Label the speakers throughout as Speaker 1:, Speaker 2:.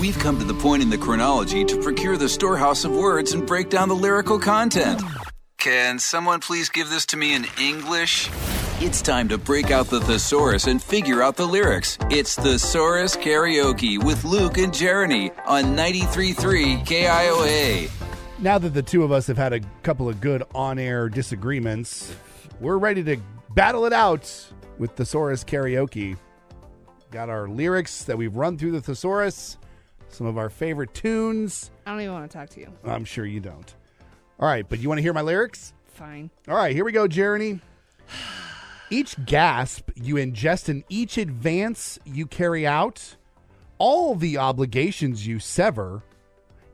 Speaker 1: We've come to the point in the chronology to procure the storehouse of words and break down the lyrical content. Can someone please give this to me in English? It's time to break out the thesaurus and figure out the lyrics. It's Thesaurus Karaoke with Luke and Jeremy on 93.3 KIOA.
Speaker 2: Now that the two of us have had a couple of good on air disagreements, we're ready to battle it out with Thesaurus Karaoke. Got our lyrics that we've run through the Thesaurus, some of our favorite tunes.
Speaker 3: I don't even want to talk to you.
Speaker 2: I'm sure you don't. All right, but you want to hear my lyrics?
Speaker 3: Fine.
Speaker 2: All right, here we go, Jeremy. Each gasp you ingest and each advance you carry out, all the obligations you sever,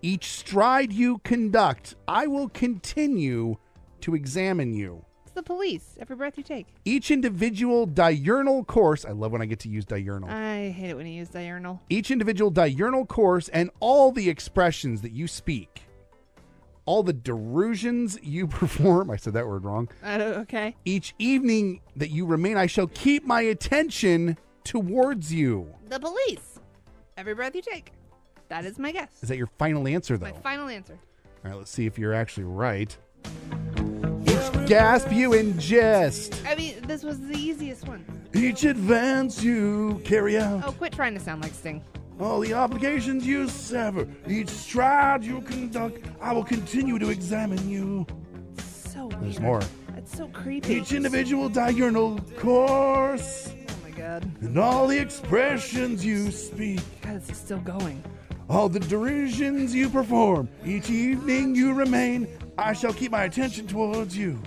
Speaker 2: each stride you conduct, I will continue to examine you.
Speaker 3: It's the police. Every breath you take.
Speaker 2: Each individual diurnal course, I love when I get to use diurnal.
Speaker 3: I hate it when you use diurnal.
Speaker 2: each individual diurnal course and all the expressions that you speak, all the delusions you perform, I said that word wrong,
Speaker 3: I don't, okay.
Speaker 2: each evening that you remain, I shall keep my attention towards you.
Speaker 3: The police. Every breath you take. That is my guess.
Speaker 2: Is that your final answer, though?
Speaker 3: My final answer.
Speaker 2: All right, let's see if you're actually right. Each gasp you ingest,
Speaker 3: I mean, this was the easiest one.
Speaker 2: each advance you carry out,
Speaker 3: Oh, quit trying to sound like Sting.
Speaker 2: all the obligations you sever, each stride you conduct, I will continue to examine you.
Speaker 3: So weird.
Speaker 2: There's more.
Speaker 3: That's so creepy.
Speaker 2: Each individual diurnal course
Speaker 3: Oh my god.
Speaker 2: and all the expressions you speak,
Speaker 3: God, this is still going.
Speaker 2: all the derisions you perform, each evening you remain, I shall keep my attention towards you.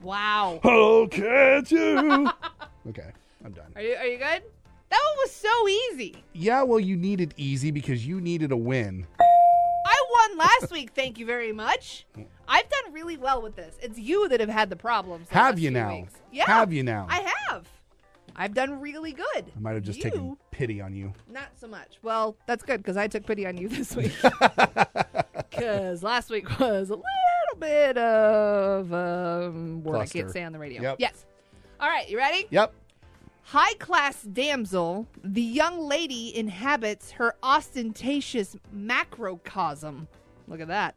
Speaker 3: Wow.
Speaker 2: Oh, can't you? okay, I'm done.
Speaker 3: Are you are you good? That one was so easy.
Speaker 2: Yeah, well, you needed easy because you needed a win.
Speaker 3: I won last week. Thank you very much. I've done really well with this. It's you that have had the problems. the
Speaker 2: Have
Speaker 3: last
Speaker 2: you
Speaker 3: few
Speaker 2: now?
Speaker 3: weeks. Yeah.
Speaker 2: Have you now?
Speaker 3: I have. I've done really good.
Speaker 2: I might have just
Speaker 3: you,
Speaker 2: taken pity on you.
Speaker 3: Not so much. Well, that's good because I took pity on you this week. Because last week was a little bit of um, word I
Speaker 2: Cluster.
Speaker 3: can't say on the radio.
Speaker 2: Yep.
Speaker 3: Yes. All right, you ready?
Speaker 2: Yep.
Speaker 3: High class damsel, the young lady inhabits her ostentatious macrocosm. Look at that.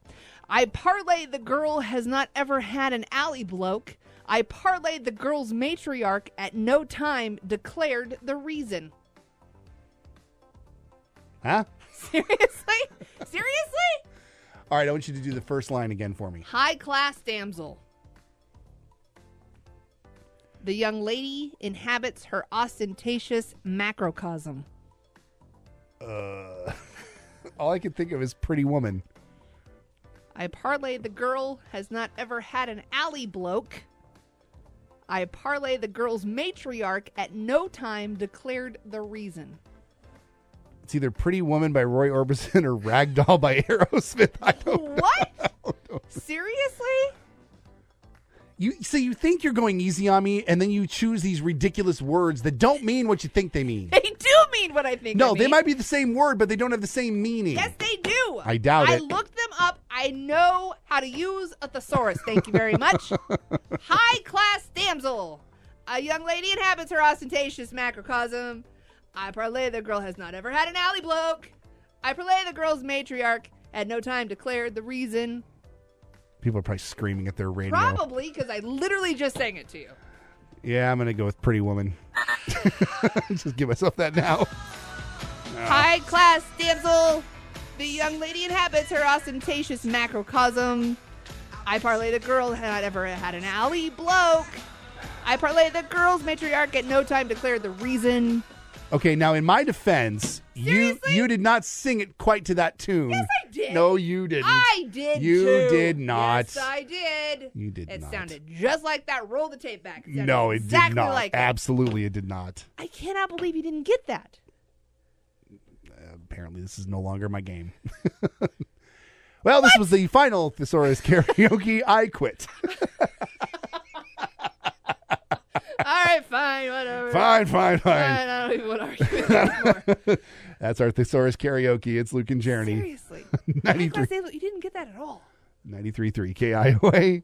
Speaker 3: I parlay the girl has not ever had an alley bloke. I parlay the girl's matriarch at no time declared the reason.
Speaker 2: Huh?
Speaker 3: Seriously? Seriously?
Speaker 2: All right, I want you to do the first line again for me.
Speaker 3: High class damsel. The young lady inhabits her ostentatious macrocosm.
Speaker 2: Uh, all I can think of is Pretty Woman.
Speaker 3: I parlay the girl has not ever had an alley bloke. I parlay the girl's matriarch at no time declared the reason.
Speaker 2: It's either Pretty Woman by Roy Orbison or Ragdoll by Aerosmith. I don't
Speaker 3: What? Seriously?
Speaker 2: You so you think you're going easy on me and then you choose these ridiculous words that don't mean what you think they mean.
Speaker 3: They do mean what I think.
Speaker 2: No,
Speaker 3: they
Speaker 2: they
Speaker 3: mean.
Speaker 2: might be the same word but they don't have the same meaning.
Speaker 3: Yes, they do.
Speaker 2: I doubt
Speaker 3: I
Speaker 2: it.
Speaker 3: looked them up. I know how to use a thesaurus. Thank you very much. High class damsel. A young lady inhabits her ostentatious macrocosm. I parlay the girl has not ever had an alley bloke. I parlay the girl's matriarch at no time declared the reason.
Speaker 2: People are probably screaming at their radio.
Speaker 3: Probably because I literally just sang it to you.
Speaker 2: Yeah, I'm going to go with Pretty Woman. Just give myself that now.
Speaker 3: High class damsel. The young lady inhabits her ostentatious macrocosm. I parlay the girl had ever had an alley bloke. I parlay the girl's matriarch at no time declared the reason.
Speaker 2: Okay, now in my defense,
Speaker 3: Seriously?
Speaker 2: you you did not sing it quite to that tune. Yes,
Speaker 3: I did.
Speaker 2: No, you didn't.
Speaker 3: I did.
Speaker 2: You
Speaker 3: too.
Speaker 2: did not.
Speaker 3: Yes, I did.
Speaker 2: You did
Speaker 3: It
Speaker 2: not.
Speaker 3: sounded just like that. Roll the tape back. sounded
Speaker 2: no, it
Speaker 3: exactly
Speaker 2: did not.
Speaker 3: Like it.
Speaker 2: Absolutely, it did not.
Speaker 3: I cannot believe you didn't get that.
Speaker 2: apparently this is no longer my game. well, this was the final Thesaurus karaoke. I quit.
Speaker 3: All right, fine, whatever.
Speaker 2: Fine, fine, fine.
Speaker 3: Fine, I don't even want to argue with you anymore.
Speaker 2: That's our Thesaurus karaoke. It's Luke and Jeremy.
Speaker 3: Seriously. High
Speaker 2: 93
Speaker 3: class damsel, you didn't get that at all.
Speaker 2: 93.3 KIOA.